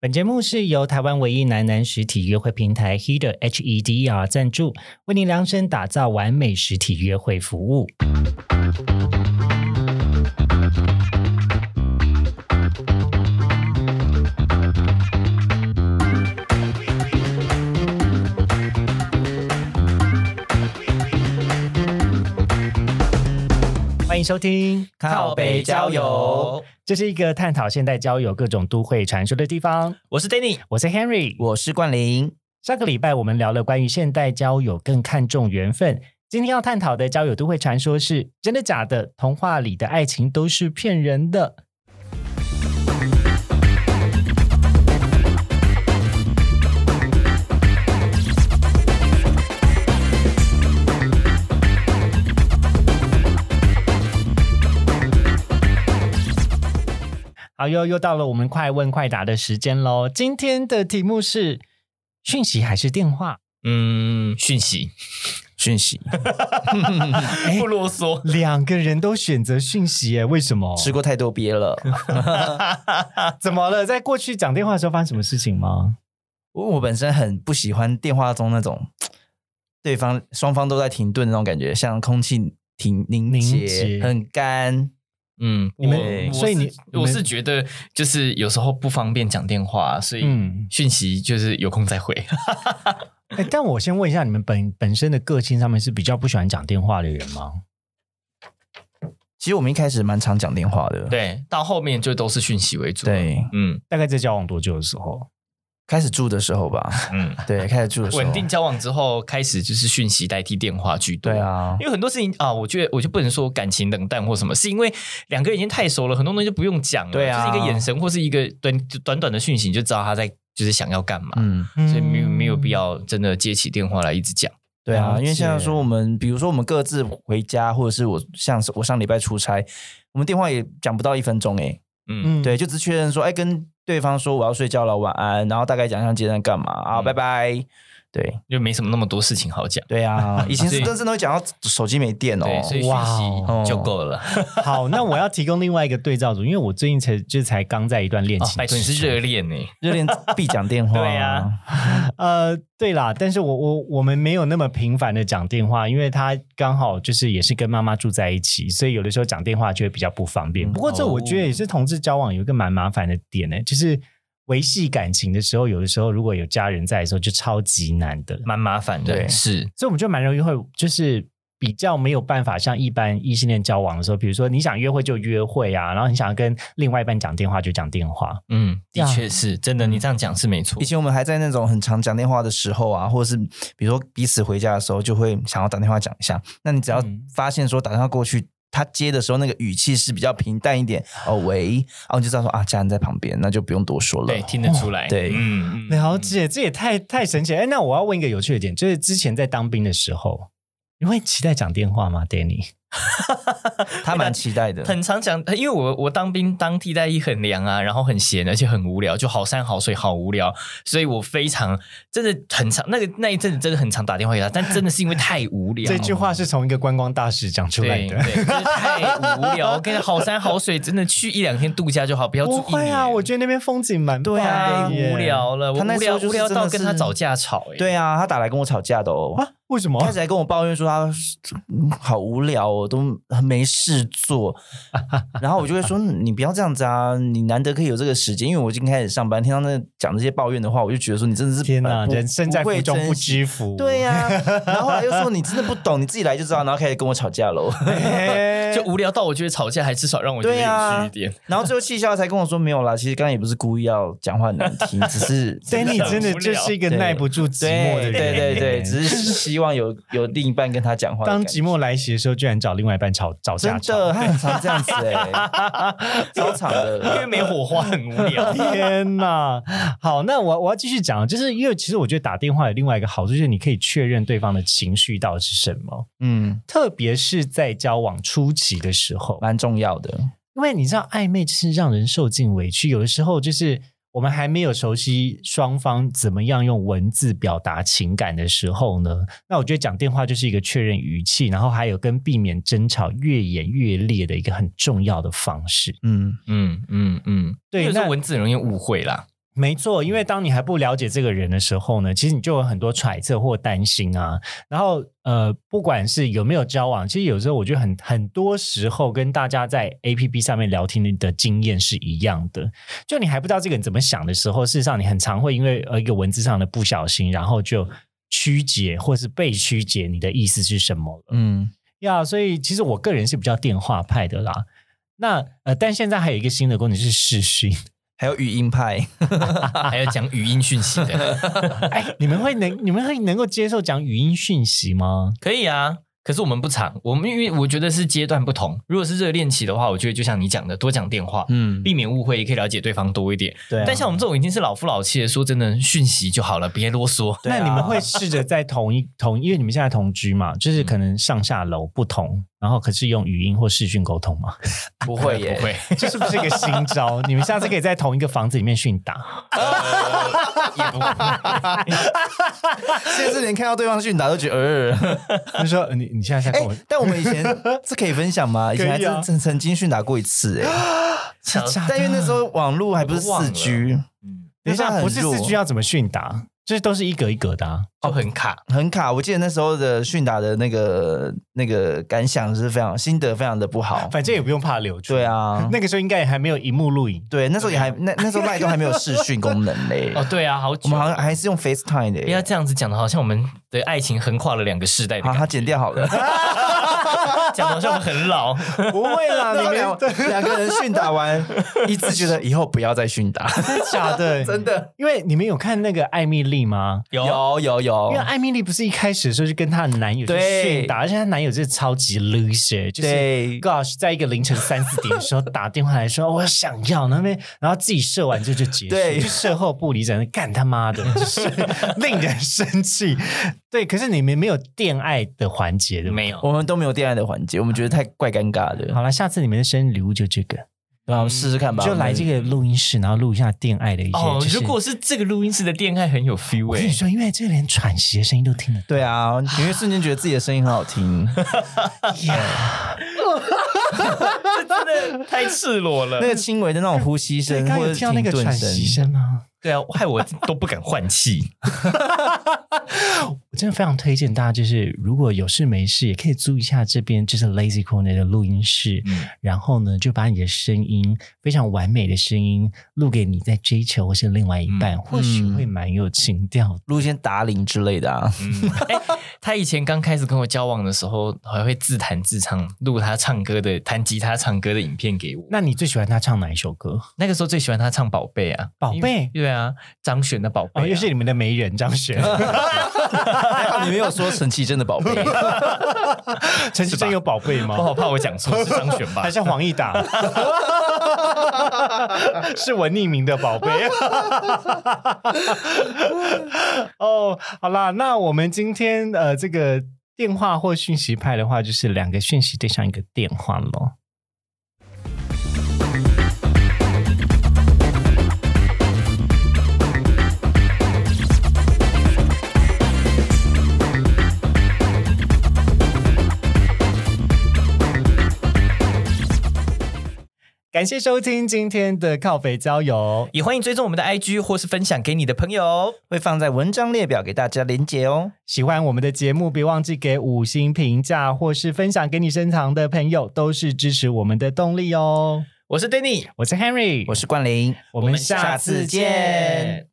本节目是由台湾唯一男男实体约会平台 Heder H E D E R 赞助，为您量身打造完美实体约会服务。欢迎收听《靠北交友，这是一个探讨现代交友各种都会传说的地方。我是 Danny，我是 Henry，我是冠霖。上个礼拜我们聊了关于现代交友更看重缘分，今天要探讨的交友都会传说是真的假的？童话里的爱情都是骗人的。好哟，又到了我们快问快答的时间喽。今天的题目是讯息还是电话？嗯，讯息，讯 息，哎不啰嗦。两个人都选择讯息耶，为什么？吃过太多鳖了， 怎么了？在过去讲电话的时候发生什么事情 吗？我我本身很不喜欢电话中那种对方双方都在停顿的那种感觉，像空气停凝凝结，结很干。嗯，你们我所以我是你你我们是觉得就是有时候不方便讲电话，所以嗯讯息就是有空再回。哎，但我先问一下，你们本本身的个性上面是比较不喜欢讲电话的人吗？其实我们一开始蛮常讲电话的，对，到后面就都是讯息为主。，对，嗯大概在交往多久的时候？开始住的时候吧，嗯，对，开始住的时候，稳定，交往之后开始就是讯息代替电话居多。哦对。啊，因为很多事情啊，我觉得我就不能说感情冷淡或什么，是因为两个人已经太熟了，很多东西就不用讲了，对啊就是一个眼神或是一个短短短的讯息，你就知道他在就是想要干嘛，嗯，所以没有没有必要。要真的接起电话来一直讲。对啊，了因为像解说我们，比如说我们各自回家，或者是我像是我上礼拜出差，我们电话也讲不到一分钟诶、嗯，嗯，对，就只确认说，哎，跟对方说我要睡觉了，晚安，然后大概讲一下今天干嘛啊，嗯拜拜。对就没什么那么多事情好讲。对 啊，以前是所以真正都会讲到手机没电哦，对，所以讯哇哦息就够了。好，那我要提供另外一个对照组，因为我最近才就才刚在一段恋哦情、拜托你是热恋呢、热恋必讲电话。 对啊， 呃，对啦，但是我我我们没有那么频繁的讲电话，因为他刚好就是也是跟妈妈住在一起，所以有的时候讲电话就会比较不方便。嗯不过这我觉得也是同志交往有一个蛮麻烦的点呢、就是维系感情的时候，有的时候如果有家人在的时候，就超级难的，蛮麻烦对的，是，所以我们就蛮容易会就是。比较没有办法像一般异性恋交往的时候，比如说你想约会就约会啊，然后你想要跟另外一半讲电话就讲电话，嗯，呀嗯的确是真的，你这样讲是没错以。前我们还在那种很常讲电话的时候啊，或者是比如说彼此回家的时候，就会想要打电话讲一下。那你只要嗯发现说打电话过去，他接的时候那个语气是比较平淡一点，哦喂，哦你就知道说啊家人在旁边，那就不用多说了。对，听得出哦来，对嗯，嗯了，解，这也太太神奇了。哎，那我要问一个有趣的点，就是之前在当兵的时候，你会期待讲电话吗，Danny？他蛮期待的。 很常讲，因为我我当兵当替代役很凉啊，然后很闲，而且很无聊，就好山好水好无聊，所以我非常真的很常那个那一阵子真的很常打电话给他，但真的是因为太无聊。 这句话哦是从一个观光大使讲出来对的。对，就是太无聊。我跟你讲，好山好水，真的去一两天度假就好，不要住不一会啊，年我觉得那边风景蛮棒对啊，的耶无。聊了，我他那无时候聊就是无聊真的到跟他是找架吵，哎，对啊，他打来跟我吵架的哦。啊？为什么一？开始还跟我抱怨说他嗯好无聊哦，都很没事 做。然后我就会说你不要这样子啊，你难得可以有这个时间，因为我已经开始上班，听到那讲这些抱怨的话，我就觉得说你真的是天哪，呃不人生在不福会中不珍惜知福。对呀、 然后后来又说你真的不懂，你自己来就知道，然后开始跟我吵架 喽。嘿，就无聊到我觉得吵架还至少让我觉得对啊有趣一点。然后最后气消才跟我说没有啦，其实刚刚也不是故意要讲话很 难听，只是 Danny 真的无聊就是一个耐不住寂寞的对人。对对 对，只是希望有有另一半跟他讲话的当感觉。寂寞来袭的时候，居然找另外一半吵找架真吵。。的，他很常这样子哎、 超常因为的。没火花很无聊天呐！好，那我我要继续讲，就是因为其实我觉得打电话有另外一个好处，就是你可以确认对方的情绪到底是什么，嗯，特别是在交往初期的时候，蛮重要的。因为你知道暧昧就是让人受尽委屈，有的时候就是我们还没有熟悉双方怎么样用文字表达情感的时候呢，那我觉得讲电话就是一个确认语气，然后还有跟避免争吵越演越烈的一个很重要的方式。嗯， 嗯嗯嗯，对因为那是文字很容易误会啦。没错，因为当你还不了解这个人的时候呢，其实你就有很多揣测或担心啊。然后呃，不管是有没有交往，其实有时候我觉得很很多时候跟大家在 A P P 上面聊天的经验是一样的。就你还不知道这个人怎么想的时候，事实上你很常会因为呃一个文字上的不小心，然后就曲解或是被曲解你的意思是什么了。嗯，呀所以其实我个人是比较电话派的啦。那呃，但现在还有一个新的功能是视讯，还有语音派，还有讲语音讯息 的，哎，你们会 能你们会能够接受讲语音讯息吗？可以啊。可是我们不常，我们因为我觉得是阶段不同。如果是热恋期的话，我觉得就像你讲的，多讲电话，嗯，避免误会，也可以了解对方多一点。对啊但像我们这种已经是老夫老妻的，说真的，讯息就好了，别啰嗦。对啊那你们会试着在同一 同，因为你们现在同居嘛，就是可能上下楼不同，然后可是用语音或视讯沟通 嘛，不会耶， 不会，这是不是一个新 招？你们下次可以在同一个房子里面训打。也不会。甚至连看到对方讯打都觉得呃。就说呃你你现在在 哎、跟我，但我们以 前这可以分享吗？以前还可以啊真曾曾经训打过一 次哎、但因为那时候网络还不是我忘了四 G，嗯，等一那时下候不很是弱四句要怎么训打？就是都是一格一格的、啊，就哦很卡。很卡。我记得那时候的训打的那个那个感想是非常心得非常的不好。反正也不用怕流出。 对，啊，那个时候应该也还没有荧幕录影。对，那时候也还那那时候麦都还没有视讯功能 嘞、哦，对啊，好久。我们好像还是用 FaceTime 的、欸不要这样子讲的，好像我们的爱情横跨了两个世代的好，感觉他剪掉 好了。讲的好像我们很 老。不会啦，那你我们两两 个人训打完，一直觉得以后不要再训打， 真假的？ 真的因为你们有看那个艾米丽吗？有有有有因为，艾米丽不是一开始的时候就跟她的男友就哦对训打，而且她男友是超级 loser，就是对 gosh，在一个凌晨三四点的时候打电话来说哦我想要那边，然后自己射完之后就结束，对就事后不理，整干他妈 的，就是令人生气。对，可是你们没有恋爱的环节的，没有？我们都没有恋爱的环节，我们觉得太怪尴尬了。好了，下次你们的生日礼物就这个，然后试试看吧，就来这个。个录音室，然后录一下恋爱的一些。哦就，是如果是这个录音室的恋爱很有 feel 我哎、跟你说，因为这连喘息的声音都听得对啊，你会瞬间觉得自己的声音很好听。真的 太赤裸了那。个轻微的那种呼吸声，刚刚或者有是听到那停个顿喘息声吗？ 对啊，害我都不敢换气。我真的非常推荐大家，就是如果有事没事，也可以租一下这边就是 Lazy Corner 的录音室，嗯然后呢，就把你的声音非常完美的声音录给你在追求或是另外一嗯半，或许会蛮有情调的。录一些打铃之类的啊。 嗯，哎、他以前刚开始跟我交往的时候，还会自弹自唱，录他唱歌的、弹吉他唱歌的影片给我。那你最喜欢他唱哪一首歌？那个时候最喜欢他唱《宝贝》啊，宝因贝为对啊，张悬的《宝贝、哦，啊又是你们的媒人张悬，还好 你没有说陈绮贞的宝贝， 陈绮贞有宝贝我吗？哦好怕我讲错是张悬吧还？是黄义 达？是我匿名的宝 贝。哦，好啦，那我们今天呃，这个电话或讯息派的话，就是两个讯息对上一个电话咯。感谢收听今天的靠北交友， 也欢迎追踪我们的 IG 或是分享给你的朋友。会放在文章列表给大家连结哦。喜欢我们的节目，别忘记给五星评价，或是分享给你身旁的朋友，都是支持我们的动力哦。我是 Danny，我是 Henry，我是冠霖，我我们下下次次见见。